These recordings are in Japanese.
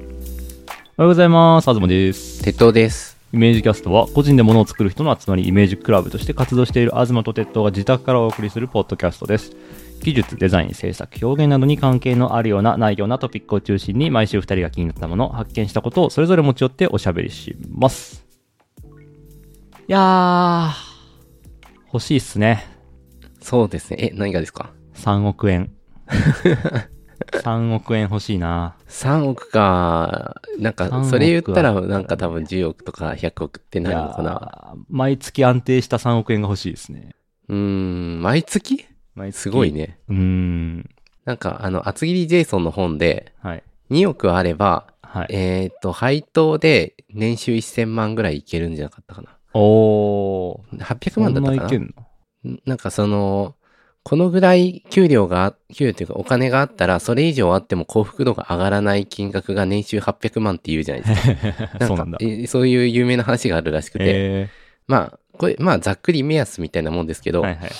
おはようございます。あずまです。鉄塔です。イメージキャストは、個人で物を作る人の集まり、イメージクラブとして活動しているあずまと鉄塔が自宅からお送りするポッドキャストです。技術、デザイン、制作、表現などに関係のあるような、ないようなトピックを中心に、毎週2人が気になったもの、発見したことをそれぞれ持ち寄っておしゃべりします。いやー、欲しいっすね。そうですね。え、何がですか3億 円。3億円欲しいな。 ?3 億か、なん3か、億それ言ったら、なんか多分10億とか100億ってなるのかいなやー毎月安定した3億円が欲しいですね。うーん、毎月毎月すごい。ね。うーん。なんか、あの、厚切りジェイソンの本で、はい。 2億あれば、はい。えーっと、配当で年収1000万ぐらいいけるんじゃなかったかな。おー。 800そ万んだったなかいなけんのなんかその、このぐらい給料が、給料というかお金があったら、それ以上あっても幸福度が上がらない金額が年収800万って言うじゃないですか。かそうなんだえそういう有名な話があるらしくて。えまあ、これ、まあ、ざっくり目安みたいなもんですけー。ど、はいはいはい。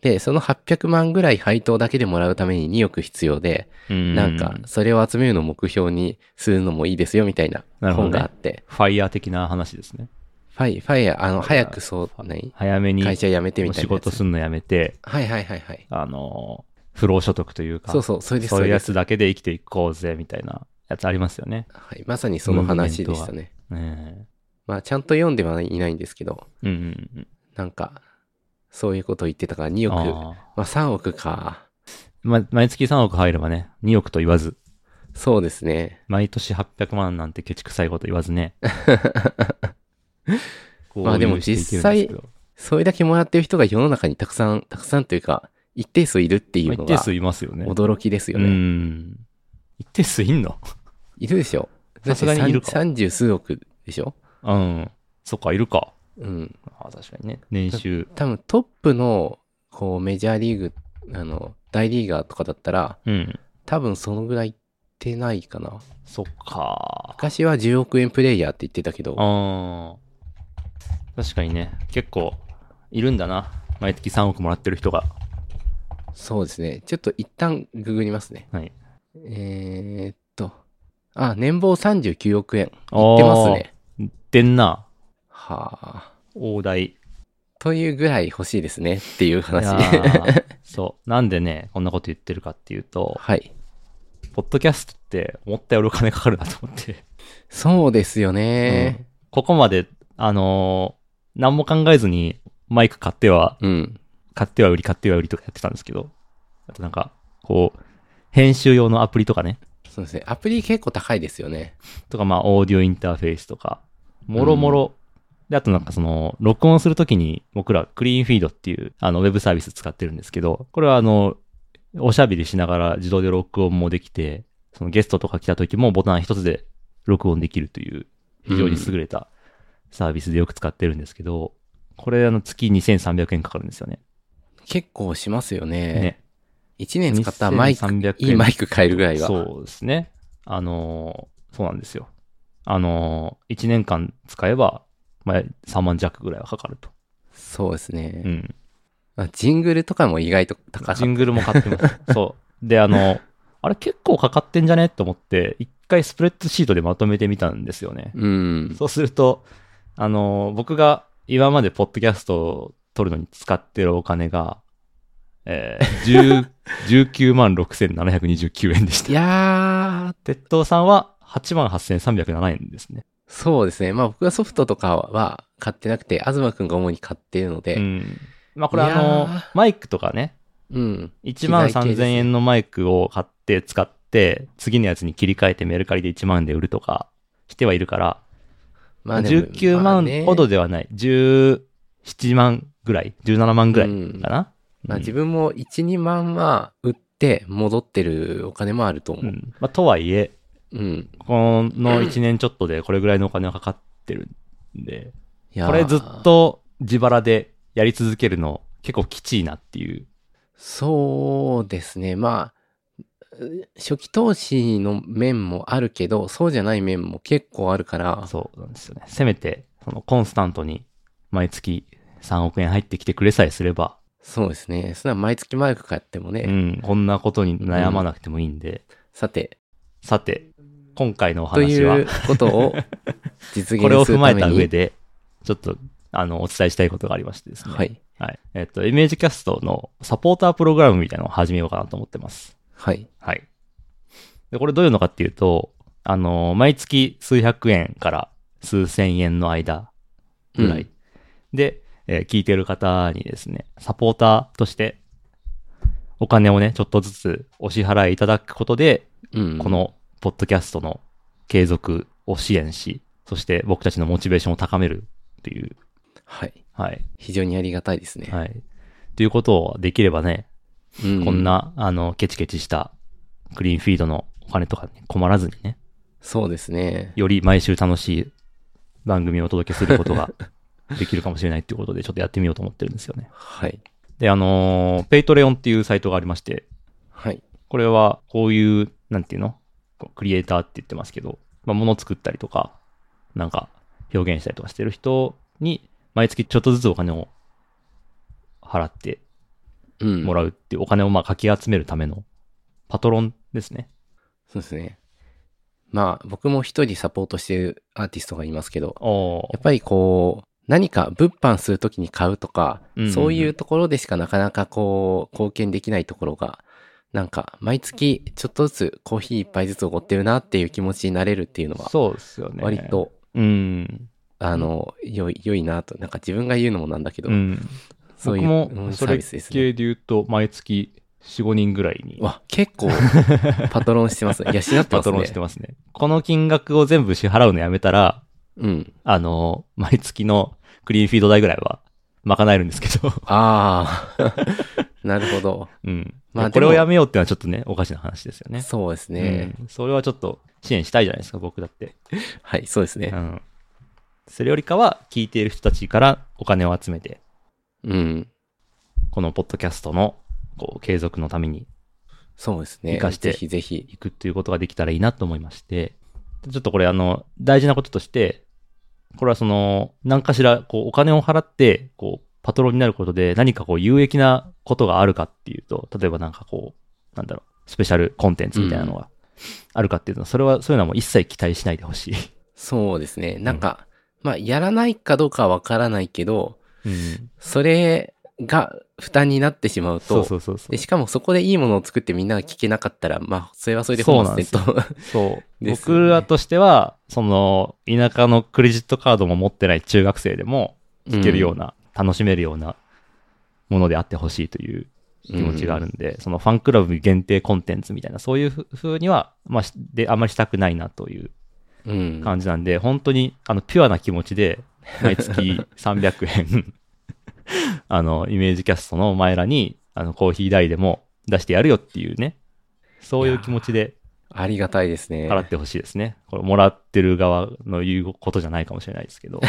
で、その800万ぐらい配当だけでもらうために2億必要で、うーんなんか、それを集めるのを目標にするのもいいですよみたいななるほど本ねがあって、ファイヤー的な話ですね。ファイ、ファイヤー、あの、早くそう、何早めに会社辞めてみおたい仕なやつ事すんのやめて、はいはいはいはい。あのー、不労所得というか、そうそう、それです、そういうれやですつだけで生きていこうぜ、みたいなやつありますよね。はい、まさにその話でしたね。ねまあ、ちゃんと読んではいないんですけど、えうんうんうん。なんか、そういうことを言ってたから2億、あーまあ3億か。ま、毎月3億入ればね、2億と言わず、そうですね。毎年800万なんてケチくさいこと言わず ね。こうまあでもしていけるんですけどそれだけもらってる人が世の中にたくさん、たくさんというか、一定数いるっていうまあの一定が数いますよね。驚きですようね。ん。一定数いんのいるでしょ。さすがにいるか三十数億でしょうん。そっか、いるか。うん。ああ確かにね。年収。多分トップの、こう、メジャーリーグ、あの、大リーガーとかだったら、うん。多分そのぐらいいってないかな。そっか。昔は10億円プレイヤーって言ってたけど、ああ。確かにね。結構、いるんだな。毎月3億もらってる人が。そうですね。ちょっと一旦ググりますね。はい。えー、っと。あ、年俸39億円。いってますね。でんな。はあ。大台。というぐらい欲しいですねっていう話。いやーそう。なんでね、こんなこと言ってるかっていうと、 はい。ポッドキャストって思ったよりお金かかるなと思って。そうですよね。ここまで、あのー何も考えずにマイク買っては、うん。買っては売り、買っては売りとかやってたんですけど、あとなんか、こう、編集用のアプリとかね、そうですね。アプリ結構高いですよね。とかまあ、オーディオインターフェースとか、もろもろ、で、あとなんかその、録音するときに、僕らクリーンフィードっていう、あの、ウェブサービス使ってるんですけど、これはあの、おしゃべりしながら自動で録音もできて、そのゲストとか来たときもボタン一つで録音できるという、非常に優れたサービスでよく使ってるんですけど、これあの、月2300円かかるんですよね。結構しますよね。ね。一1年使ったらマイク、 2300円いいマイク買えるぐらいは。そうですね。あのーそうなんですよ。あのー、1年間使えば、まあ、3万弱ぐらいはかかると。そうですうね、ん。あジングルとかも意外と高かったジングルも買って ます。そう。で、あの、あれ結構かかってんじゃねと思って、一回スプレッドシートでまとめてみたんですよね。うん。そうすると、あのー僕が今までポッドキャストを撮るのに使ってるお金が、え ー、10 19万6729円でしたい。やー、鉄塔さんは8万8307円ですね。そうですね。まあ僕はソフトとかは買ってなくて、東くんが主に買っているので、うん。まあこれあいやのー、マイクとかね、うん。 1万3000円のマイクを買って使って、次のやつに切り替えてメルカリで1万で売るとかしてはいるから、まあでも19万ほどではない、17万ぐらい、17万ぐらいうんかな。まあ自分分も1、2万は売って戻ってるお金もあると思う。まあとはいえ、うん。この1年ちょっとでこれぐらいのお金がかかってるんで、いやーこれずっ。と自腹でやり続けるの結構きちいなっていう。そうですね。まあ、う初期投資の面もあるけど、そうじゃない面も結構あるから、そうなんですよね。せめて、そのコンスタントに毎月3億円入ってきてくれさえすれば、そうですね。それは毎月マイク買ってもね。うん、こんなことに悩まなくてもいいんで、さて、さて、今回のおと話はいう、こと を実現するためにこれを踏まえた上で、ちょっと、あの、お伝えしたいことがありましてですね。はい。はい。えっと、イメージキャストのサポータープログラムみたいなのを始めようかなと思ってます。はい。はい。で、これどういうのかっていうと、あの、毎月数百円から数千円の間ぐらい、うんで、えー聞いてる方にですね、サポーターとして、お金をね、ちょっとずつお支払いいただくことで、うん。こ、のポッドキャストの継続を支援し、そして僕たちのモチベーションを高めるっていう、はい。はい、非常にありがたいですね。はい。っていうことをできればね、うんこん。な、あの、ケチケチしたクリーンフィードのお金とかに困らずにね、そうですね。より毎週楽しい番組をお届けすること ができるかもしれないっていうことで、ちょっとやってみようと思ってるんですよね。はい。で、あのー、ペイトレオンっていうサイトがありまして、はい。これはこういう、なんていうのこうクリエイターって言ってますけど、まあ、物作ったりとか、なんか表現したりとかしてる人に、毎月ちょっとずつお金を払ってうん。もらうっていう、お金をまあかき集めるためのパトロンですね。そうですね。まあ、僕も一人サポートしてるアーティストがいますけど、おやっぱりこう、何か物販するときに買うとか、うんうんうんそういうところでしかなかなかこう、貢献できないところが、なんか、毎月ちょっとずつコーヒー一杯ずつおごってるなっていう気持ちになれるっていうのは、そうですよね。割。と、うん。あの、良い、良いなと、なんか自分が言うのもなんだけど、うん。そう僕いううもんそサーれビス系ですね。で言うと、毎月4、5人ぐらいにわ、結 構、パトロンしてます。いや、しなってパますトね。ロンしてますね。この金額を全部支払うのやめたら、うん。あの、毎月のクリーンフィード代ぐらいは賄えるんですけど、 ああ、 なるほど。うん。まあこれでをもやめようってのはちょっとね、おかしな話ですよね。そうですね。うんそれはちょっと支援したいじゃないですか、僕だって。はい、そうですねう。ん。それよりかは、聞いている人たちからお金を集めて、うん。このポッドキャストの、こう、継続のためにそうですね。生かしてぜひぜひ。行くっていうことができたらいいなと思いまして、ちょっとこれあの、大事なこととして、これはその、何かしら、こう、お金を払って、こう、パトロンになることで何かこう、有益なことがあるかっていうと、例えばなんかこう、なんだろう、スペシャルコンテンツみたいなのがあるかっていうのは、それは、そういうのはもう一切期待しないでほしい。そうですね。なんか、まあ、やらないかどうかはわからないけど、うん。それが負担になってしまうと、 そうそうそうそうで。しかもそこでいいものを作ってみんなが聞けなかったら、まあ、それはそれでそう本なんで末すよ転倒。そう。ですよね僕らとしては、その、田舎のクレジットカードも持ってない中学生でも、聞けるような、楽しめるようなものであってほしいという気持ちがあるんで、そのファンクラブ限定コンテンツみたいな、そういうふふうには、まあ、しで、あんまりしたくないなといううん。感じなんで、本当に、あの、ピュアな気持ちで、毎月300円、 あの、イメージキャストのお前らに、あの、コーヒー代でも出してやるよっていうね、そういう気持ちでありがたいですね。払ってほしいですね。これ、もらってる側の言うことじゃないかもしれないですけど。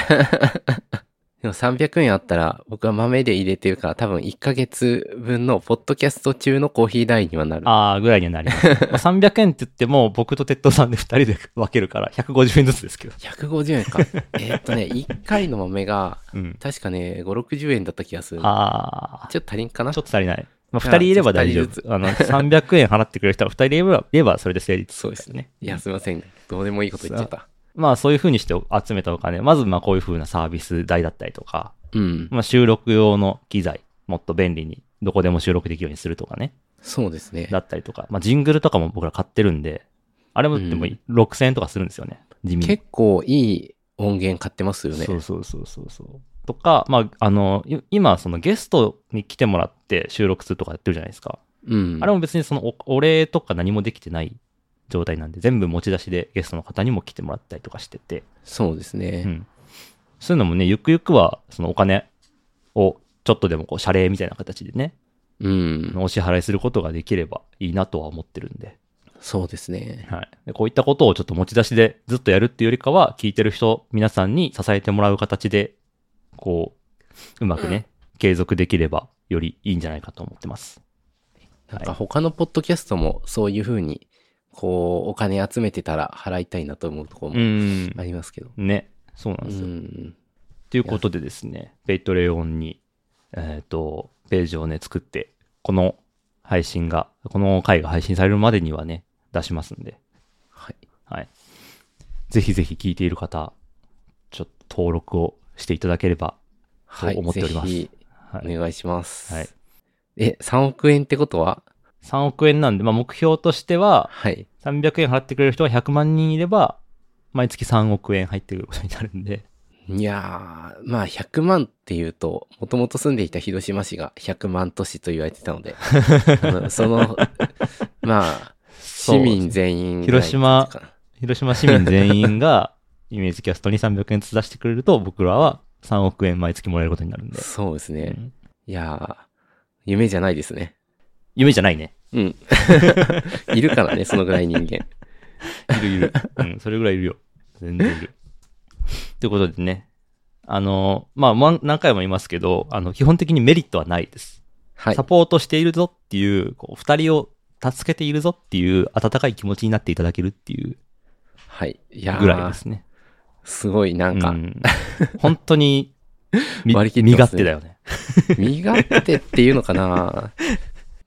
でも300円あったら、僕は豆で入れてるから、多分1ヶ月分のポッドキャスト中のコーヒー代にはなる。ああ、ぐらいにはなりま す。まあ300円って言っても、僕と鉄道さんで2人で分けるから、150円ずつですけど。 150円か。 えーっとね、1回の豆が、うん。確かね、5、60円だった気がする。ああ、ちちょっと足りんかょなっと足りない。まあ、じゃ2あ人いれば大丈ちょっと二人ず夫。あの、300円払ってくれる人は2人いれば、いればそれで成立そうですね。いや、すいません。どうでもいいこと言っちゃった。まあ、そういう風にして集めたお金、まず、まあ、こういう風なサービス代だったりとか、うん。まあ、収録用の機材、もっと便利に、どこでも収録できるようにするとかね、そうですねだ。ったりとか、まあ、ジングルとかも僕ら買ってるんで、あれも、でも、うん6000円とかするんですよね。地味に。結構いい音源買ってますよねそ。うそうそうそうそう。とか、まあ、あの、い今、そのゲストに来てもらって収録するとかやってるじゃないですか。うん。あれも別にそのおお礼とか何もできてない状態なんで、全部持ち出しでゲストの方にも来てもらったりとかしてて、そうですうね。ん。そういうのもね、ゆくゆくは、そのお金をちょっとでもこう、謝礼みたいな形でね、うん。お支払いすることができればいいなとは思ってるんで、そうですね。はい。でこういったことをちょっと持ち出しでずっとやるっていうよりかは、聞いてる人、皆さんに支えてもらう形で、こう、うまくね、継続できればよりいいんじゃないかと思ってます。なんか他のポッドキャストもそういう風に、こう、お金集めてたら払いたいなと思うところうもんあ。りますけど。ね。そうなんうですよ。ん。ということでですね、ペイトレオンに、えっ、と、ページをね、作って、この配信が、この回が配信されるまでにはね、出しますんで、はい。はい。ぜひぜひ聞いている方、ちょっと登録をしていただければとはい。思っております。ぜひ、はおい願いします。はいえ、3億円ってことは3億円なんで、まあ、目標としては、はい。 300円払ってくれる人が100万人いれば、毎月3億円入ってくることになるんで、いやー、まあ100万っていうと、もともと住んでいた広島市が100万都市と言われてた ので、あのその、まあ、市民全員ぐらい広島広島市民全員が、イメージキャストに300円ずつ出してくれると、僕らは3億円毎月もらえることになるんで。そうですね。うんいやー、夢じゃないですね。夢じゃないね。 うん。いるからね、そのぐらい人間。いるいる。 うん、それぐらいいるよ。全然いる。ということでね、あの、まあ、まん何回も言いますけど、あの、基本的にメリットはないです。はいサ。ポートしているぞっていう、こう、二人を助けているぞっていう、温かい気持ちになっていただけるっていうはい。いやーぐらいですね。すごい、なんかう、ん本当に、み割り切ってます身勝手ねだよね。身勝手っていうのかな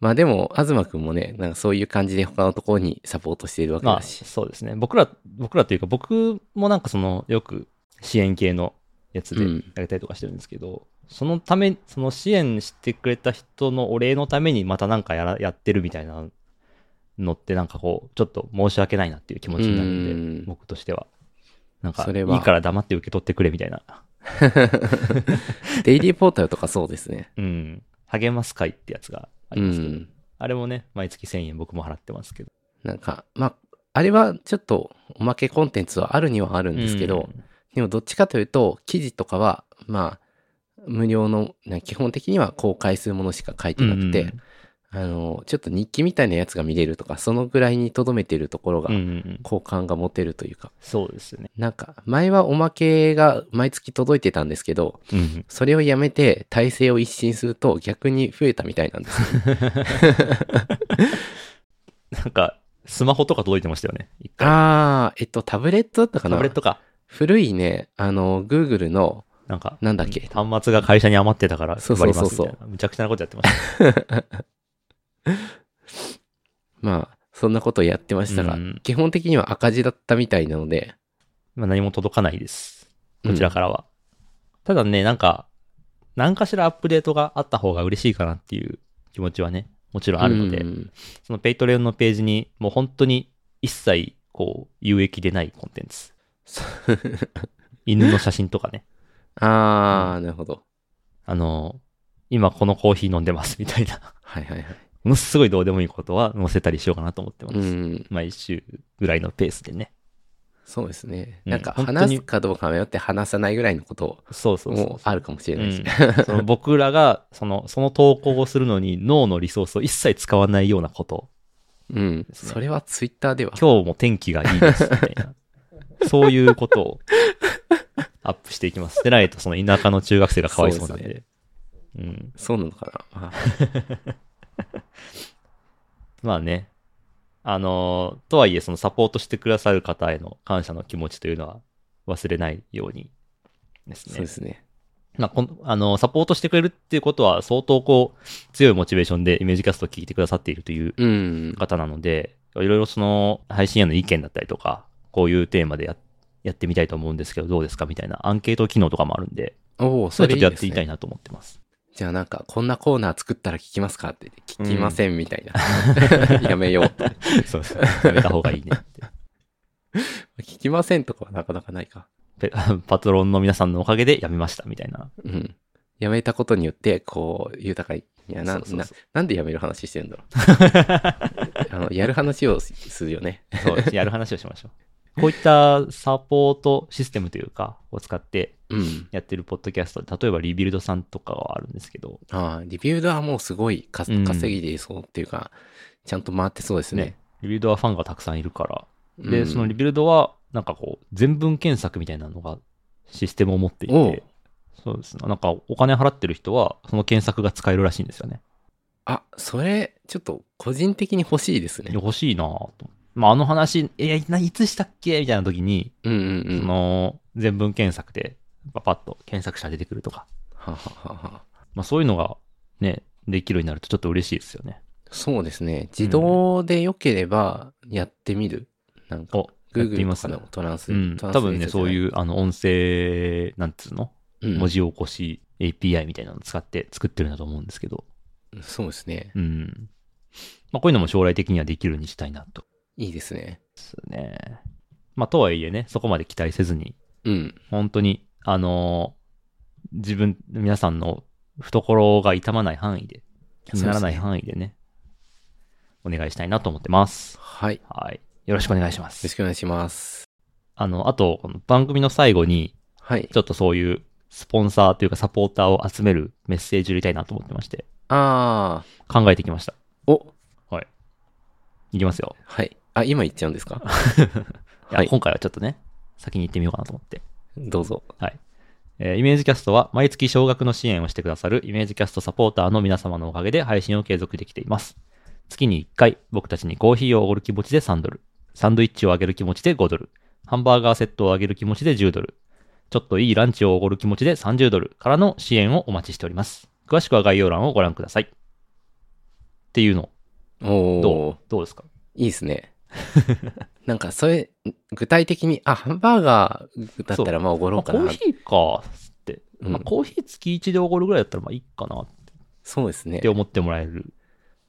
まあでも、東くんもね、なんかそういう感じで他のところにサポートしているわけまだあ、し。そうですね。僕ら、僕らというか、僕もなんかその、よく支援系のやつでうやんりたりとかしてるんですけど、そのため、その支援してくれた人のお礼のためにまたなんかやらやってるみたいなのって、なんかこう、ちょっと申し訳ないなっていう気持ちになるんうでん、僕としては。なんか、そいれはいから黙って受け取ってくれみたいな。 デイリーポータルとかそうですね。うん。励ます会ってやつがあうりますけど、ん。あれもね、毎月1000円僕も払ってますけど。なんか、まあ、あれはちょっとおまけコンテンツはあるにはあるんですけど、うんでもどっちかというと、記事とかは、まあ、無料の、な基本的には公開するものしか書いてなくて、うんあの、ちょっと日記みたいなやつが見れるとか、そのぐらいに留めてるところがうんう、んうん、好感が持てるというか、そうですよね。なんか、前はおまけが毎月届いてたんですけど、うんうんそれをやめて体制を一新すると逆に増えたみたいなんですよ。なんか、スマホとか届いてましたよね。一回。あー、えっと、タブレットだったかなタブレットか。古いね、あの、Google の、なんか、なんだっけ、端末が会社に余ってたからそう配そうりまそうすそうみたいな。むちゃくちゃなことやってま しまあ、そんなことやってましたが、うん基本的には赤字だったみたいなので、た。まあ何も届かないです。うんこちらからは。ただね、なんか、何かしらアップデートがあった方が嬉しいかなっていう気持ちはね、もちろんあるので、 うんそのペイトレオンのページに、もう本当に一切、こう、有益でないコンテンツ。そ犬の写真とか ね。あー、なるほど。あの、今このコーヒー飲んでますみたいな。はいはいはい。ものすごいどうでもいいことは載せたりしようかなと思ってます。うん、毎週ぐらいのペースでね。そうですね。うんなんか本当に話すかどうか迷って話さないぐらいのことそうそうそうもあるかもしれないですね。 うんその僕らがそのその投稿をするのに脳のリソースを一切使わないようなこと。うん。すねそれは Twitter では。今日も天気がいいですみたいな。そういうことをアップしていきます。でないとその田舎の中学生がかわいそうなんで。そううん、そうなのかな、まあまあね。あのーとはいえそのサポートしてくださる方への感謝の気持ちというのは忘れないようにですね。そうですね。まあ、この、あの、サポートしてくれるっていうことは、相当こう、強いモチベーションでイメージキャストを聞いてくださっているといううん。方なので、いろいろその、配信への意見だったりとか、こういうテーマでややってみたいと思うんですけど、どうですかみたいなアンケート機能とかもあるんで、おお、そそれちれょっいとやいです、ね、っていきたいなと思って ます。じゃあなんか、こんなコーナー作ったら聞きますかって言って、うん聞きませんみたいな。 やめよ うと。そうそう。やめた方がいいねって。聞きませんとかはなかなかないか。ペパトロンの皆さんのおかげでやめました、みたいな。うん。やめたことによって、こう、豊かに。いや、なそうそうなそなんでやめる話してるんだろ う。あの、やる話をすするよね。そう、やる話をしましょ う。こういったサポートシステムというか、を使ってうん。やってるポッドキャスト、例えばリビルドさんとかはあるんですけど、ああ、リビュードはもうすごいかうん稼ぎでそうっていうか、ちゃんと回ってそうですねね。、リビルドはファンがたくさんいるから。で、うんそのリビルドは、なんかこう、全文検索みたいなのがシステムを持っていおてう、そうですね。なんかお金払ってる人は、その検索が使えるらしいんですよね。あ、それ、ちょっと個人的に欲しいですね。欲しいなぁと。まあ、あの話、えーないつしたっけみたいな時に、うんうんうそん。はの、全文検索で、パパッと検索者出てくるとか、ははは。まあそういうのがね、できるようになるとちょっと嬉しいですよね。そうですね。自動で良ければやってみる。なんかお、やってい Google まとすかねのトランス、うん、トランス多分ね、そうう、いう、あの、音声、なんつうの、うん文字起こし API みたいなのを使って作ってるんだと思うんですけど、そうですね。うん。まあ、こういうのも将来的にはできるようにしたいなと。いいですね。ですね。まあ、とはいえね、そこまで期待せずに、うん。本当に、あのー自分、皆さんの懐が痛まない範囲で、気にならないそうですね範囲でね、お願いしたいなと思ってます。はい。よはい。よろしくお願いしまろすし。くお願いします。あの、あと、この番組の最後に、はいち。ょっとそういうスポンサーというかサポーターを集めるメッセージを入れたいなと思ってまして、あ考えてきました。ー。おいきますよ。はい。あ、今言っちゃうんですか いやはい。今回はちょっとね、先に行ってみようかなと思って。どうぞ。はい。えーイメージキャストは毎月少額の支援をしてくださるイメージキャストサポーターの皆様のおかげで配信を継続できています。月に1回、僕たちにコーヒーをおごる気持ちで3ドル、サンドイッチをあげる気持ちで5ドル、ハンバーガーセットをあげる気持ちで10ドル、ちょっといいランチをおごる気持ちで30ドルからの支援をお待ちしております。詳しくは概要欄をご覧ください。っていうの、おどーう。どうですかいいですね。 なんか、それ、具体的に、あ、ハンバーガーだったらまあおごろまうあコかな。ーヒーか、つって。うんまあコーヒー月1でおごるぐらいだったらまあいいかなっそうですねて。思ってもらえる。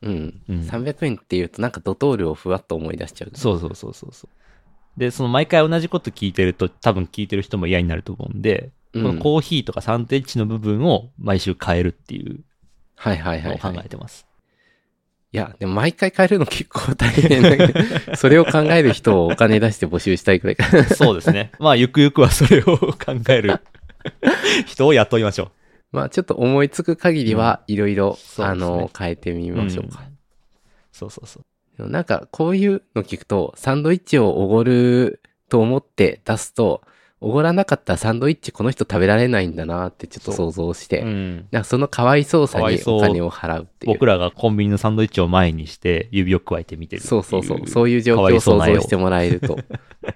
うん。うん300円っていうと、なんかドトールをふわっと思い出しちゃう。そうそうそうそうそう。で、その毎回同じこと聞いてると、多分聞いてる人も嫌になると思うんで、うんこのコーヒーとかサンドイッチの部分を毎週変えるっていうはいはいはのい、を考はい。えてます。いや、でも毎回変えるの結構大変だ けど、それを考える人をお金出して募集したいくらいか。そうですね。まあ、ゆくゆくはそれを考える人を雇いましょ まあちょっと思いつく限りはいろいそろ、うですねあの、変えてみう。ましょうか。んそうそうそう。でもなんかこういうの聞くと、サンドイッチをおごると思って出すと、おごらなかったらサンドイッチこの人食べられないんだなってちょっと想像して、うんなんかそのかわいそうさかわいにそうお金を払うっていう。僕らがコンビニのサンドイッチを前にして指を加えてみてるっていそうそうそう。そういう状かわ況をいそう想な絵を像してもらえると。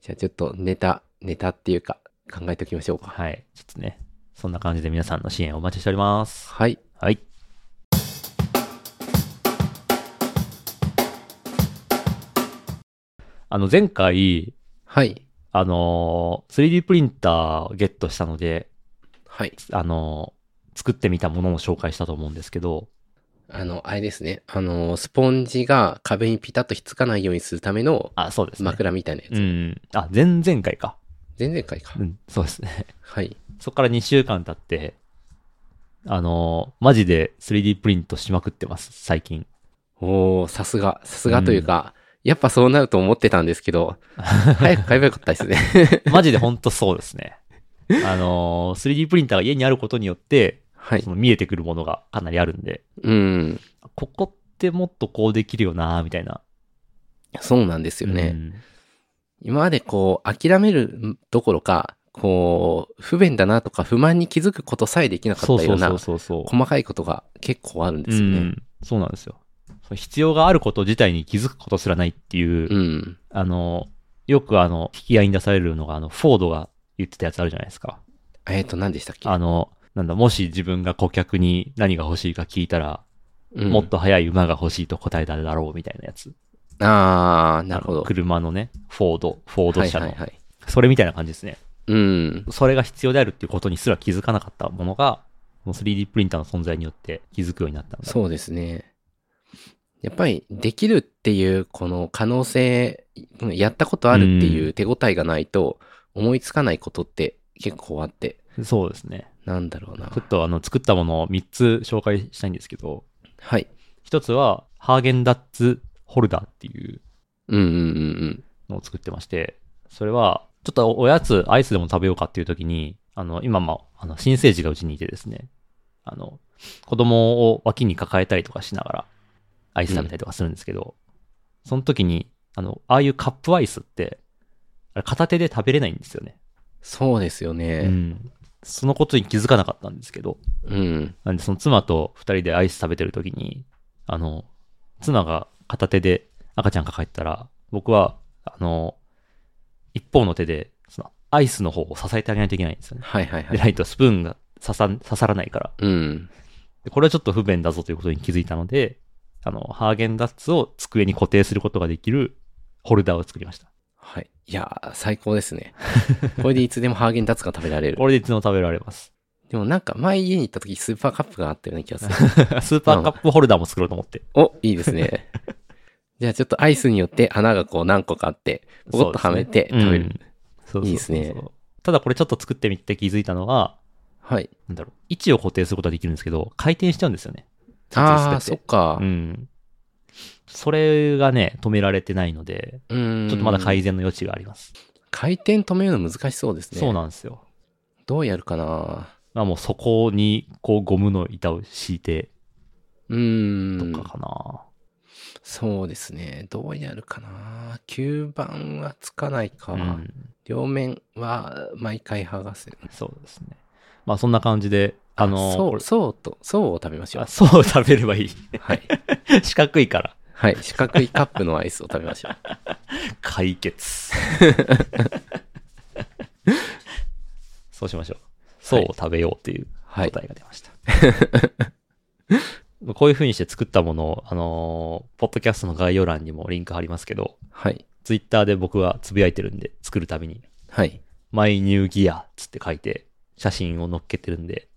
じゃあちょっとネタ、ネタっていうか考えておきましょうか。はい。ちょっとね、そんな感じで皆さんの支援お待ちしております。はい。はい。あの、前回、はい。あのー 3D プリンターをゲットしたので、はい。あのー作ってみたものを紹介したと思うんですけど、あの、あれですね。あの、スポンジが壁にピタッとひっつかないようにするためのあ、そうですね。枕みたいなやつ。うん。あ、前々回か。前々回かう。ん、そうですね。はい。そこから2週間経って、あのーマジで 3D プリントしまくってます、最近。おおさすが、さすがというか、やっぱそうなると思ってたんです けど、早く買えばよかったですね。マジでほんとそうですね。あのー 3D プリンターが家にあることによって、はいそ。の見えてくるものがかなりあるんで、うん。ここってもっとこうできるよなみたいな。そうなんですよね。今までこう、諦めるどころか、こう、不便だなとか不満に気づくことさえできなうんかそっうたそよううなそう、そうそう。細かいことが結構あるんですようね。んそうなんですよ。その必要があること自体に気づくことすらないっていう、うん。あの、よくあの、引き合いに出されるのが、あの、フォードが言ってたやつあるじゃないですか。えっ、と、何でしたっけあの、なんだ、もし自分が顧客に何が欲しいか聞いたら、うんもっと速い馬が欲しいと答えただろうみたいなやつ。あー、なるほあのど。車のね、フォード、フォード車の。はいはいはい。それみたいな感じですね。うん。それが必要であるっていうことにすら気づかなかったものが、この 3D プリンターの存在によって気づくようになったんだ。そうですね。やっぱりできるっていうこの可能性、うんやったことあるっていう手応えがないと思いつかないことって結構あって、うそうですね。なんだろうなちょ。っとあの、作ったものを3つ紹介したいんですけど、はい。 1つは、ハーゲンダッツホルダーっていううんうんうんのを作ってまして、それは、ちょっとおやつ、アイスでも食べようかっていう時に、あの、今まあ、あの、新生児がうちにいてですね、あの、子供を脇に抱えたりとかしながら、アイス食べたりとかするんですけど、その時に、あの、ああいうカップアイスって、あれ片手で食べれないんですよね。そうですようね。ん。そのことに気づかなかったんですけど、うん。なんでその妻と二人でアイス食べてる時に、あの、妻が片手で赤ちゃん抱えてたら、僕は、あの、一方の手で、その、アイスの方を支えてあげないといけないんですよね。はいはいはでい。ないとスプーンが刺さん刺さらないから。うん。でこれはちょっと不便だぞということに気づいたので、あの、ハーゲンダッツを机に固定することができるホルダーを作りました。はい。いやー、最高です ね。これでいつでもハーゲンダッツが食べられる。これでいつでも食べられます。 でもなんか前家に行った時スーパーカップがあったような気がする。スーパーカップホルダーも作ろうと思って。お、いいですね。 じゃあちょっとアイスによって穴がこう何個かあって、ポコッとはめて食べる。そういいでですすね。ねそうそうそうただこれちょっと作ってみて気づいたのは、はい。なんだろう、位置を固定することはできるんですけど、回転しちゃうんですよね。ツルツルああ、ステそっってかう。ん。それがね、止められてないので、うーん。ちょっとまだ改善の余地があります。回転止めるの難しそうですね。そうなんですよ。どうやるかなまあもうそこに、こうゴムの板を敷いてとうーんか。かな。そうですね。どうやるかな吸盤はつかないか。うん両面は毎回剥がす。そうですね。まあそんな感じで、あの、そこう、れそうと、そうを食べましょあう。そう食べればいい。 はい。四角いから。はい。四角いカップのアイスを食べま しょう。解決。 そうしましょう。そうを食べようっていうはい。答えが出ました。 こういう風にして作ったものを、あのーポッドキャストの概要欄にもリンク貼りますけど、はい。ツイッターで僕はつぶやいてるんで、作るたびに、はい。マイニューギアつって書いて、写真を載っけてるんで、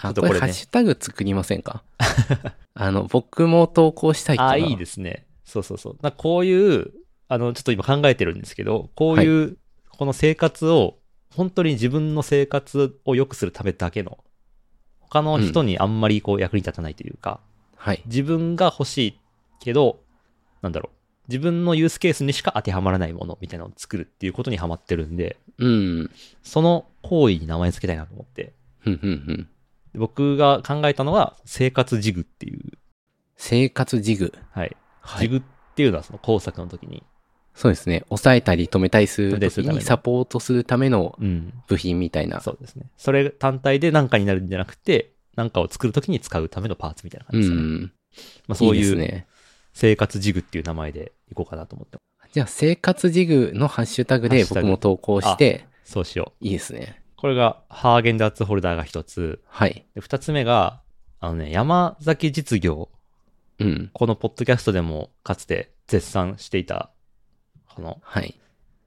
ちょっあ、とここれれねハッシュタグ作りませんか あの、僕も投稿したいかなあ、いいですね。そうそうそう。なんかこういう、あの、ちょっと今考えてるんですけど、こういう、この生活を、本当に自分の生活を良くするためだけの、他の人にあんまりこう役に立たないというか、はい。自分が欲しいけど、なんだろう。自分のユースケースにしか当てはまらないものみたいなのを作るっていうことにハマってるんで、うん。その行為に名前付けたいなと思って。ふんふんふん。で僕が考えたのは、生活ジグっていう、生活ジグ。はい。はジい。グっていうのはその工作の時に、そうですね。抑えたり止めたりす止めるたりする時ためのにサポートするためのうん、部品みたいな。そうですね。それ単体で何かになるんじゃなくて、何かを作るときに使うためのパーツみたいなう感じですね。ん。まあ、そういいいですうね。生活ジグっていう名前でいこうかなと思ってまじゃあ、生活ジグのハッシュタグハでッシュタ僕グも投稿して、す。そうしよいいですね。う。これがハーゲンダッツホルダーが一つ。はい。で、二つ目が、あのね、山崎実業。うん。このポッドキャストでもかつて絶賛していた、このはい。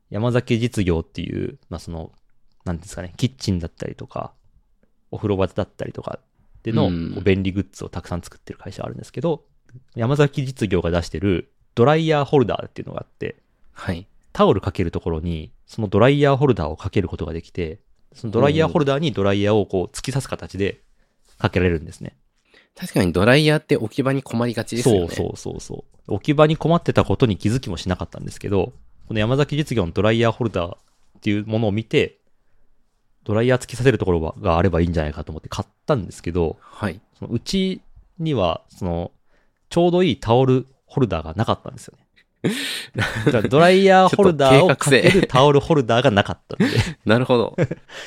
山崎実業っていう、まあ、その、なんですかね、キッチンだったりとか、お風呂場だったりとかでのうんこう便利グッズをたくさん作ってる会社あるんですけど、山崎実業が出してるドライヤーホルダーっていうのがあって、はい。タオルかけるところに、そのドライヤーホルダーをかけることができて、そのドライヤーホルダーにドライヤーをこう突き刺す形でかけられるんですね。確かにドライヤーって置き場に困りがちですそよね。うそうそうそう。置き場に困ってたことに気づきもしなかったんですけど、この山崎実業のドライヤーホルダーっていうものを見て、ドライヤー付きさせるところがあればいいんじゃないかと思って買ったんですけど、はい。そのうちには、その、ちょうどいいタオルホルダーがなかったんですよね。 だからドライヤーホルダーをかけちょっと計画るタオルホルダーがなかったん で、なるほど。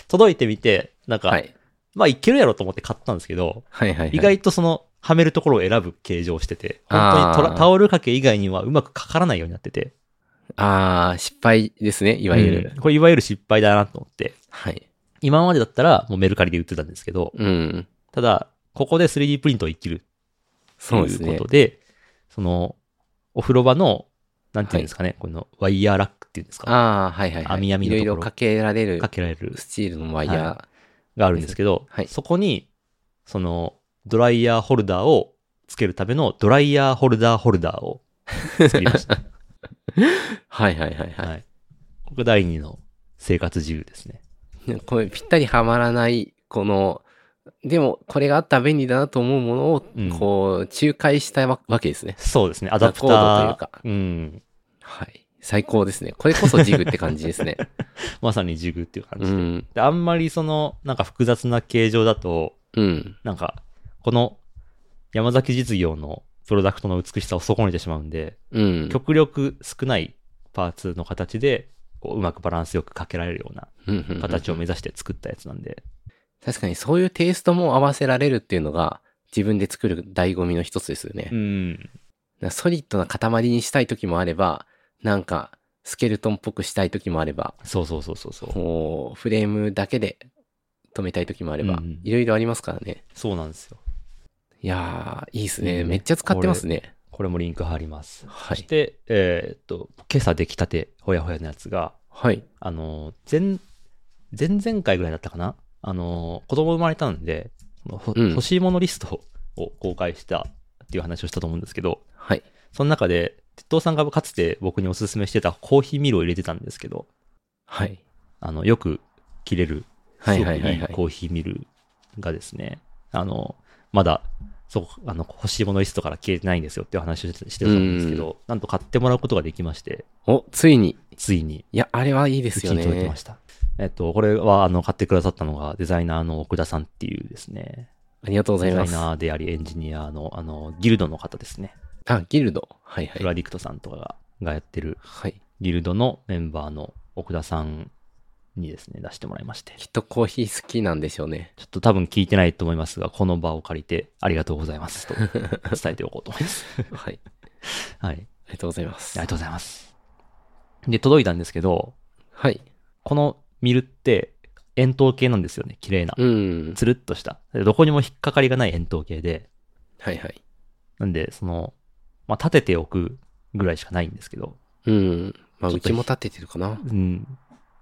届いてみて、なんか、はい。まあいけるやろと思って買ったんですけど、はいはい、はい。意外とその、はめるところを選ぶ形状をしてて、本当にトラあータオル掛け以外にはうまくかからないようになってて、ああ、失敗ですね、いいわゆる。これいわゆる失敗だなと思って、はい。今までだったらもうメルカリで売ってたんですけど、うん。ただ、ここで 3D プリントを生きるとそういですうねこと。で、その、お風呂場の、なんていうんですかね、このワイヤーラックっていうんですか、ああ、はいはい、はい。網網いのろところいろかけられるかけられるスチールのワイヤー。があるんですけど、はいそこに、その、ドライヤーホルダーをつけるためのドライヤーホルダーホルダーを作りました。はい、はいはいはいはい。これ第二の生活自由ですね。これぴったりはまらない、この、でもこれがあったら便利だなと思うものをうん、こう、仲介したわわけですね。そうですね。アダプター。コードというかん。はい。最高ですね。これこそジグって感じですね。まさにジグっていう感 うじで。ん。であんまりその、なんか複雑な形状だと、うん。なんか、この山崎実業のプロダクトの美しさを損ねてしまうんで、うん。極力少ないパーツの形で、こううまくバランスよくかけられるようなうんうん形を目指して作ったやつなんで、確かにそういうテイストも合わせられるっていうのが自分で作る醍醐味の一つですよね。うん、なソリッドな塊にしたい時もあれば、なんかスケルトンっぽくしたい時もあれば、そうそうそうそうそう、こうフレームだけで止めたい時もあれうばん、いろいろありますからね。そうなんですよ。いやー、いいですいいね。ねめっちゃ使ってますね。これもリンク貼ります。はそしい。て、えーっと、今朝出来たてほやほやのやつが、はい。あの、前、前々回ぐらいだったかなあの、子供生まれたんで、そのほうん欲しいものリストを公開したっていう話をしたと思うんですけど、はい。その中で、鉄道さんがかつて僕におすすめしてたコーヒーミルを入れてたんですけど、はい。あの、よく切れる、すはいごはくいいいはいはいコーヒーミルがですね、あの、まだ、そう、あの、欲しいものリストから消えてないんですよっていう話をしてしてたと思うんですけど、なんと買ってもらうことができまして、お、ついに。ついにいや、あれはいいでうすちよに届きねま。した。えっと、これは、あの、買ってくださったのが、デザイナーの奥田さんっていうですね、ありがとうござデいザまイす。ナーであり、エンジニアの、あの、ギルドの方ですね。あ、ギルド。はいプはラい。ディクトさんとかががやってる、はい。ギルドのメンバーの奥田さんにですね、出してもらいまして。きっとコーヒー好きなんでしょうね。 ちょっと多分聞いてないと思いますが、この場を借りてありがとうござい ますと伝えておこうと思います。はい。はい。ありがとうございますありが。とうございます。で、届いたんですけど、はい。このミルって円筒形なんですよね。綺麗な。うん。つるっとした。でどこにも引っかかりがない円筒形で。はいはい。なんで、その、まあ、立てておくぐらいしかないんですけど、うん。まあ、ちょうっとちも立ててるかな。うん。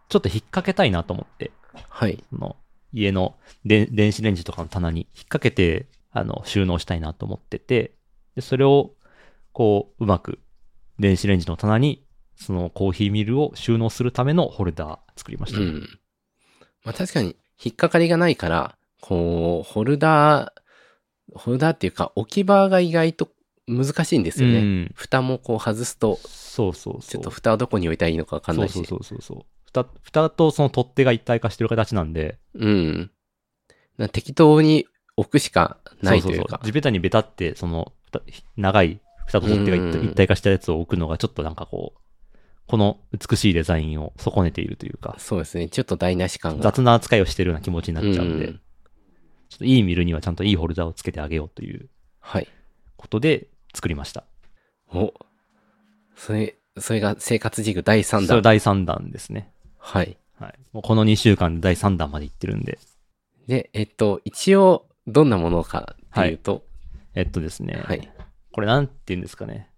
ちょっと引っ掛けたいなと思って、はい。その、家ので電子レンジとかの棚に引っ掛けて、あの、収納したいなと思ってて、で、それを、こう、うまく、電子レンジの棚に、そのコーヒーミルを収納するためのホルダー作りましうた。ん。まあ、確かに、引っかかりがないから、こう、ホルダー、ホルダーっていうか、置き場が意外と難しいんですよね。うん蓋もこう外すと、そうそうそう。ちょっと蓋はどこに置いたらいいのかわかんないし。そうそうそうそうそう。蓋、蓋とその取っ手が一体化してる形なんで、うん。な適当に置くしかないといそううそうかそう。地べたにベタって、その、ふた長い蓋と取っ手が一うん体一体化したやつを置くのが、ちょっとなんかこう、この美しいデザインを損ねているというか、そうですね。ちょっと台無し感が。雑な扱いをしてるような気持ちになっちゃうんで、うんちょっといい見るにはちゃんといいホルダーをつけてあげようというはい。ことで作りました。お。それ、それが生活事具第3それ弾。第3弾ですね。はい。はい。もうこの2週間で第3弾までいってるんで、で、えっと、一応、どんなものかっていうと、えっとですね、はい。これなんて言うんですかね。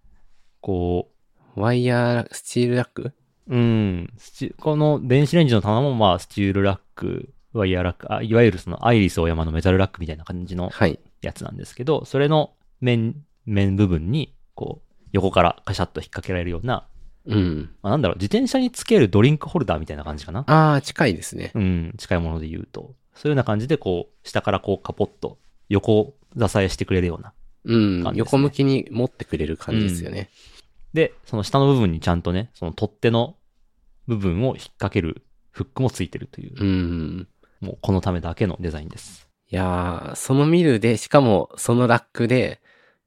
こう、ワイヤー、スチールラックうん。スチこの電子レンジの棚も、まあ、スチールラック、ワイヤーラック、あいわゆるそのアイリスオーヤマのメタルラックみたいな感じのはい。やつなんですけど、それの面、面部分に、こう、横からカシャッと引っ掛けられるような、うん。まあ、なんだろう、自転車につけるドリンクホルダーみたいな感じかな。ああ、近いですね。うん、近いもので言うと。そういうような感じで、こう、下からこう、カポッと、横を支えしてくれるような。うん。感じですね横向きに持ってくれる感じですよね。で、その下の部分にちゃんとね、その取っ手の部分を引っ掛けるフックもついてるという。うん。もうこのためだけのデザインです。いやー、そのミルで、しかも、そのラックで、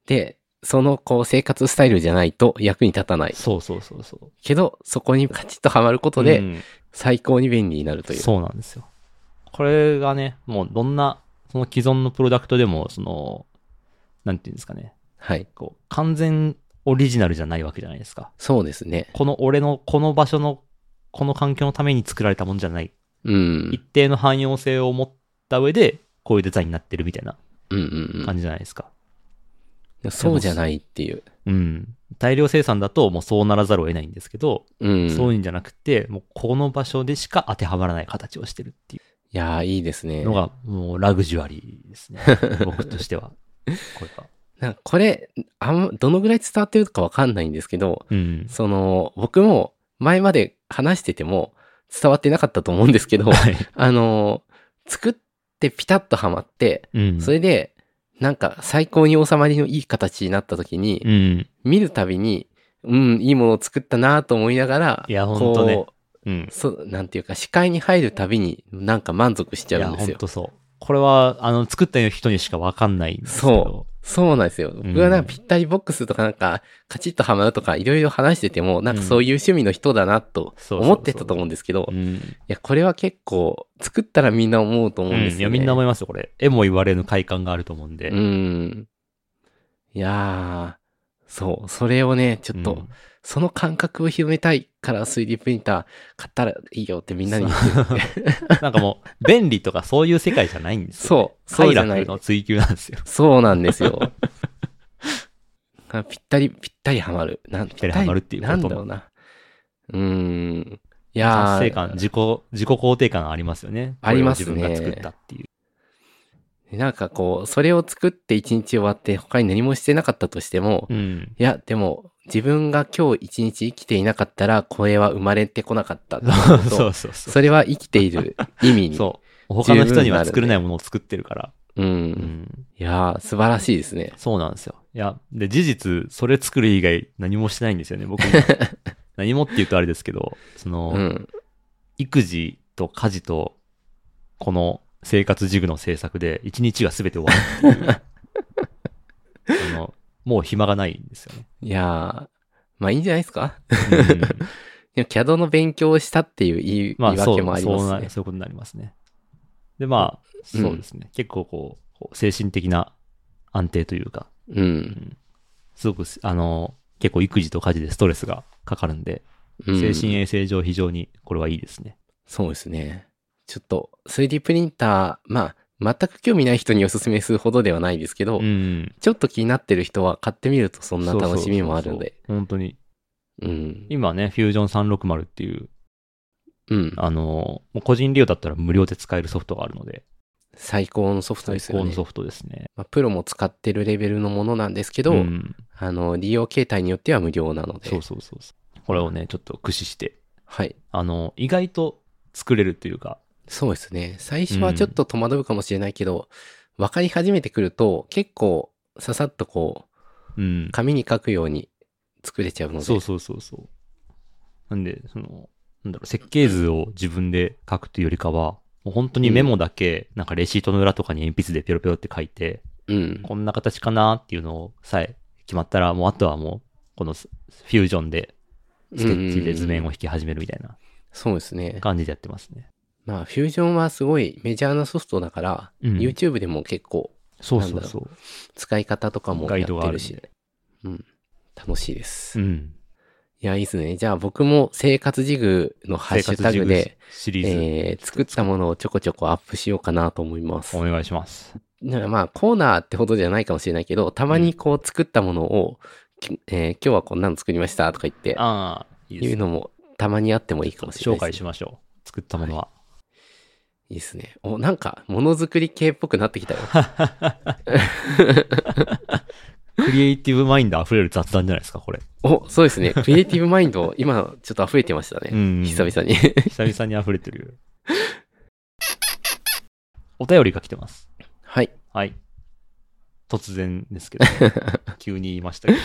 で、その、こう、生活スタイルじゃないと役に立たない。そうそうそうそう。けど、そこにカチッとはまることうで、ん最高に便利になるという。そうなんですよ。これがね、もうどんな、その既存のプロダクトでも、その、なんていうんですかね、はい。こう、完全オリジナルじゃないわけじゃないですか。そうですね。この俺の、この場所の、この環境のために作られたもんじゃない。うん。一定の汎用性を持った上で、こういうデザインになってるみたいなうんうん感じじゃないですか。うん。そうじゃないっていう。うん。大量生産だと、もうそうならざるを得ないんですけど、うん。そういいうんじゃなくて、もうこの場所でしか当てはまらない形をしてるっていやー、いいですね。うのが、もうラグジュアリー ですね。僕としては。これが。なんかこれ、あん、どのぐらい伝わってるかわかんないんですけど、うん。その、僕も前まで話してても伝わってなかったと思うんですけど、はい。あの、作ってピタッとはまって、うん。それで、なんか最高に収まりのいい形になった時に、うん。見るたびに、うん、いいものを作ったなと思いながら、いやほんとねこうんう、。そう、なんていうか、視界に入るたびに、なんか満足しいちゃや、うんでほすんよ。とそう。これは、あの、作った人にしかわかんないんですけど。そうなんですよ。僕はなんかぴったりボックスとかなんか、カチッとはまるとか、いろいろ話してても、なんかそういう趣味の人だなとそうそうそう思ってたと思うんですけど、ういん。や、これは結構、作ったらみんな思うと思うんですよ、ねいや、みんな思いますよ、これ。絵も言われぬ快感があると思うんで。うん。いやー、そう、それをね、ちょっと、うんその感覚を広めたいから 3D プリンター買ったらいいよってみんなに言ってるんで なんかもう、便利とかそういう世界じゃないんですよ。そう、そうじゃな快い 楽。の追求なんですよ。そうなんですよ。あぴったり、ぴったりはまる。なんぴったりはまるっていうことなんだろうな。うーん。いやー達成感、自己、自己肯定感ありますよね。ありますねこれを自分が作ったっていう。なんかこう、それを作って一日終わって他に何もしてなかったとしても、うん。いや、でも、自分が今日一日生きていなかったら、声は生まれてこなかったって そう思うとそうそうそそれは生きている意味う。に。そう。他の人には作れないものを作ってるから。う。。うんん。いやー、素晴らしいですね。そうなんですよ。いや、で、事実、それ作る以外何もしてないんですよね、僕も。何もって言うとあれですけど、その、うん。育児と家事と、この生活ジグの制作で、一日が全て終わるってい う。あの、もう暇がないんですよね。いやー、まあいいんじゃないですかうんでも、キャドの勉強をしたっていう言いまあ、言いそう訳もありまそうすなね。そういうことになりますね。で、まあ、うんそうですね。結構こう、こう精神的な安定というか、ううんん。すごくす、あの、結構育児と家事でストレスがかかるんで、うん精神衛生上非常にこれはいいですね。そうですね。ちょっと 3D プリンター、まあ、全く興味ない人におすすめするほどではないですけど、うん。ちょっと気になってる人は買ってみるとそんなそうそうそう楽そうしみもあるんで。。本当に。うん。今ね、フュージョン360っていう、うん。あの、もう個人利用だったら無料で使えるソフトがあるので、最高のソフトで最すよ高のね。ソフトですね。まあ、プロも使ってるレベルのものなんですけど、うんあの、利用形態によっては無料なので。そうそうそうそう。これをね、ちょっと駆使して、はい。あの、意外と作れるというか、そうですね。最初はちょっと戸惑うかもしれないけど、分かり始めてくると、結構、ささっとこう、うん。紙に書くように作れちゃうので。そうそうそうそう。なんで、その、なんだろう、設計図を自分で書くというよりかは、もう本当にメモだけ、なんかレシートの裏とかに鉛筆でペロペロって書いて、うん。こんな形かなっていうのをさえ決まったら、もうあとはもう、このスフュージョンで、ステッチで図面を引き始めるみたいなそうですね。感じでやってますね。まあ、フュージョンはすごいメジャーなソフトだから、うん YouTube でも結構そうそうそう。使い方とかもガイやドっがてあるるんし、で。うん。楽しいです。ういん。や、いいですね。じゃあ僕も生活ジグのハッシュタグで、シリーズ、えー作ったものをちょこちょこアップしようかなと思いますお。願いします。なんかまあコーナーってほどじゃないかもしれないけど、たまにこう作ったものを、きえー今日はこんなの作りましたとか言って、ああ、いいで言うすね。のもたまにあってもいいかもしれ紹ない介です、しましょう。作ったものは。いいですね。お、なんかものづくり系っぽくなって きたよ。 クリエイティブマインド溢れる雑談じゃないですか、これ。お、そうですね。クリエイティブマインド、今ちょっと溢れてましたね。うん久々に。 久々に溢れてるよ。お便りが来てます。はい。はい。突然です けど、急に言いましたけど。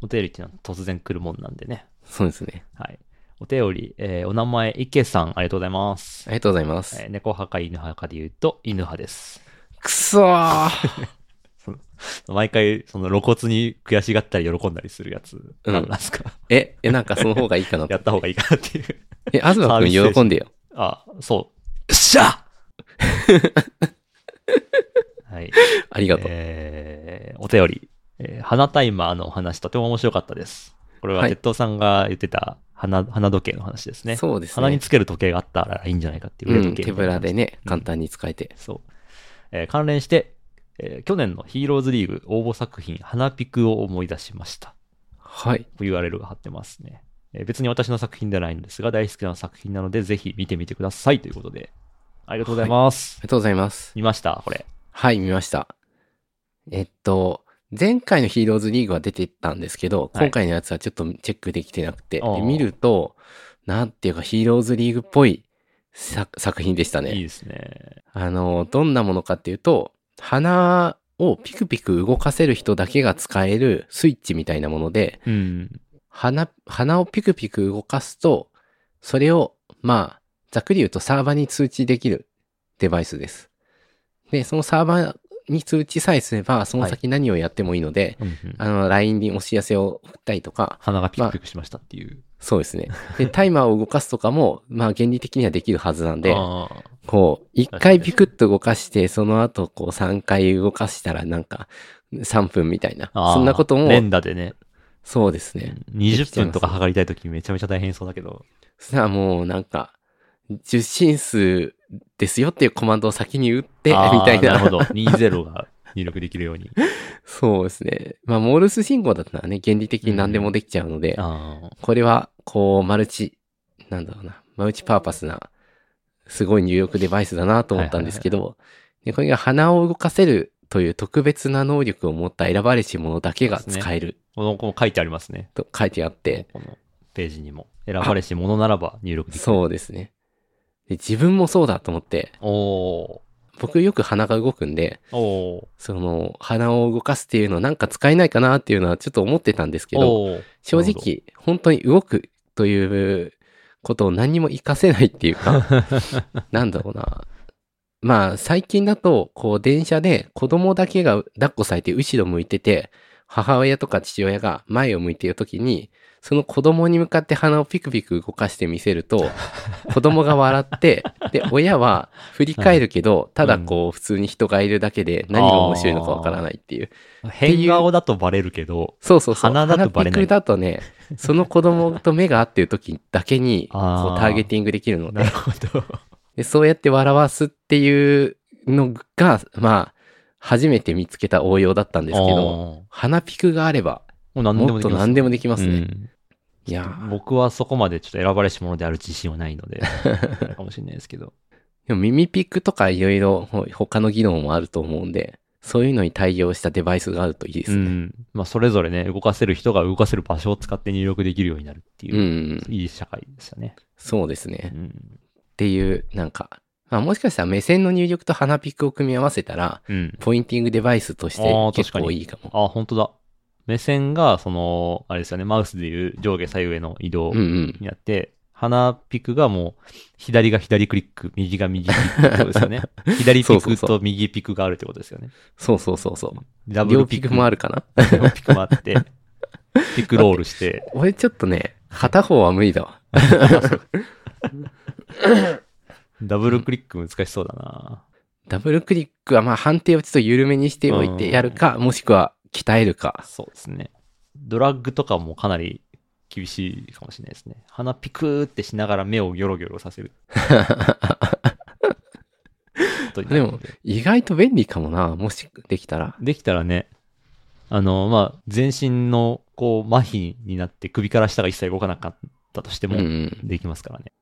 お便りっていうのは突然来るもんなんでね。そうですね。はい。お便り、えーお名前、池さん、ありがとうございますあ。りがとうございます。えー猫派か犬派かで言うと、犬派です。くそー 毎回、その露骨に悔しがったり喜んだりするやつ、うんなんなんですか、え、え、なんかその方がいいかなと やった方がいいかなっていう。え、あずまくんサービス精神喜んでよ。あ、そう。よっしゃ はい。ありがとう。えーお便り、えー花タイマーのお話、とても面白かったです。これははい鉄道さんが言ってた花,、花時計の話ですね。そうです花にね。つける時計があったらいいんじゃないかっていう腕う時計ん、手みたいなぶら話でね、うん簡単に使えて。そう。えー関連して、えー去年のヒーローズリーグ応募作品、花ピクを思い出しました。はい。 URL が貼ってますね。えー別に私の作品ではないんですが、大好きな作品なので、ぜひ見てみてくださいということで、ありがとうございます。ありがとうございます。見ましたこれ。はい、見ました。えっと、前回のヒーローズリーグは出てたんですけど、はい今回のやつはちょっとチェックできてなくて、であー見ると、なんていうかヒーローズリーグっぽい作作品でしたね。いいですね。あの、どんなものかっていうと、鼻をピクピク動かせる人だけが使えるスイッチみたいなもので、うん。鼻、鼻をピクピク動かすと、それを、まあ、ざっくり言うとサーバーに通知できるデバイスです。で、そのサーバーに通知さえすれば、その先何をやってもいいので、うんうんあの、LINE にお知らせを送ったりとか、鼻がピクピクしましたっていう。そうですね。 で、タイマーを動かすとかも、まあ、原理的にはできるはずなんで、あーこう、一確かに回ピクッと動かして、その後、こう、三回動かしたら、なんか、3分みたいな。あーそんなことも、連打でね、そうですね。 20分とか測りたいときめちゃめちゃ大変そうだけど。さあ、もう、なんか、受信数ですよっていうコマンドを先に打って、みあーたいな。なるほど。20が入力できるように。 そうですね。まあ、モールス信号だったらね、原理的に何でもできちゃうので、ああ。これは、こう、マルチ、なんだろうな、マルチパーパスな、すごい入力デバイスだなと思ったんですけど、でこれが鼻を動かせるという特別な能力を持った選ばれし者だけが使えるこの、この書いてありますね。と書いてあって、このページにも。選ばれし者ならば入力できる。そうですねで。自分もそうだと思って、お僕よく鼻が動くんで、ー。おその、鼻を動かすっていうのなんか使えないかなっていうのはちょっと思ってたんですけー。ど、おー。正直、本当に動くということを何にも活かせないっていうか、なんだろうな。まあ、最近だと、こう、電車で子供だけが抱っこされて後ろ向いてて、母親とか父親が前を向いているときに、その子供に向かって鼻をピクピク動かして見せると、子供が笑って、で、親は振り返るけど、ただこう、普通に人がいるだけで何が面白いのかわからないっていう。変顔だとバレるけど、そうそうそう。鼻だとバレない鼻ピクだ とね、その子供と目が合ってる時だけに、こうあーターゲティングできるのなでるほど。で、そうやって笑わすっていうのが、まあ、初めて見つけた応用だったんですけど、おー鼻ピクがあれば、もう何でももっできとます。何でもできますね。うんいやー僕はそこまでちょっと選ばれし者である自信はないの で、あれかもしれないですけど。でも耳ピクとかいろいろほ他の技能もあると思うんで、そういうのに対応したデバイスがあるといいですうね。ん。まあ、それぞれね、動かせる人が動かせる場所を使って入力できるようになるってうん、いう、うんいい社会でしたね。そうですね。うん。っていう、なんか、まあもしかしたら目線の入力と鼻ピクを組み合わせたら、うん。ポインティングデバイスとしてあー結確か構にいいかも。あ、本当だ。目線が、その、あれですよね、マウスでいう上下左右への移動うんうん。になって、鼻ピクがもう、左が左クリック、右が右クリックってことです よね。左そピうそうクそと右ピクがあるってことですよね。そうそうそうそう。ダブ両ルピピククもある。るかな両ピクもあって、 ピクロールして、俺ちょっとね、片方は無理だわ。ダブルクリック難しそうだな。ダブルクリックはまあ判定をちょっと緩めにしておいてやるか、もしくは鍛えるか。そうですね。ドラッグとかもかなり厳しいかもしれないですね。鼻ピクーってしながら目をギョロギョロさせ ることになるので。意外と便利かもな、もしできたら。できたらね、あの、まあ、全身のこう麻痺になって首から下が一切動かなかったとしてうんもう、ん。できますからね。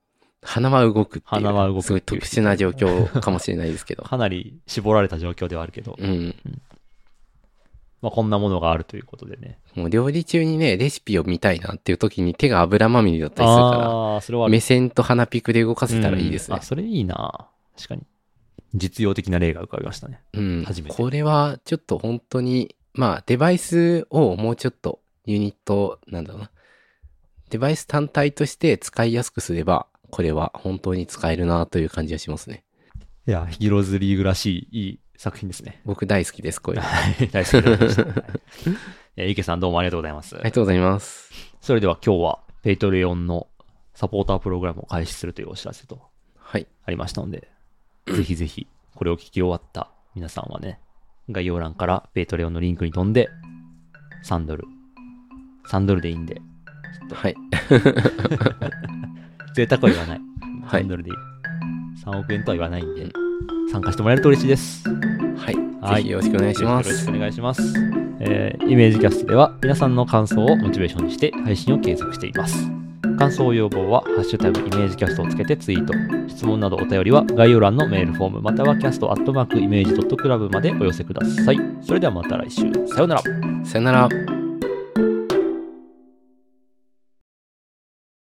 鼻は動くっていう。鼻は動くっていうすごい特殊な状況かもしれないですけど。かなり絞られた状況ではあるけど、うん。まあ、こんなものがあるということでね。もう料理中にね、レシピを見たいなっていう時に手が油まみれだったりするかああー、それら、は目線と鼻ピクで動かせたらいいですうんねあ、。それいいな。確かに。実用的な例が浮かびましたね。うん、初めてこれはちょっと本当に、まあデバイスをもうちょっとユニット、なんだろうな。デバイス単体として使いやすくすれば、これは本当に使えるなという感じがしますね。いや、ヒーローズリーグらしい、いい作品です ね。僕大好きです、これ。あはい大好きでした。はいいや、池さんどうもありがとうございます。りがとうございます。それでは今日は、ペイトレオンのサポータープログラムを開始するというお知らせとはい。ありましたので、ぜひぜひ、これを聞き終わった皆さんはね、概要欄からペイトレオンのリンクに飛んで、3ドル。3ドルでいいんで、はい。贅沢は言わない。はい3ドルでいい。3億円とは言わないんで、参加してもらえると嬉しいです。ははいい。ぜひよろしくお願いしまよろしすく。お願いします。えーイメージキャストでは皆さんの感想をモチベーションにして配信を継続しています。感想要望は、ハッシュタグイメージキャストをつけてツイート。質問などお便りは概要欄のメールフォーム、またはキャストアットマークイメージドットクラブまでお寄せください。それではまた来週。さようなら。さよなら。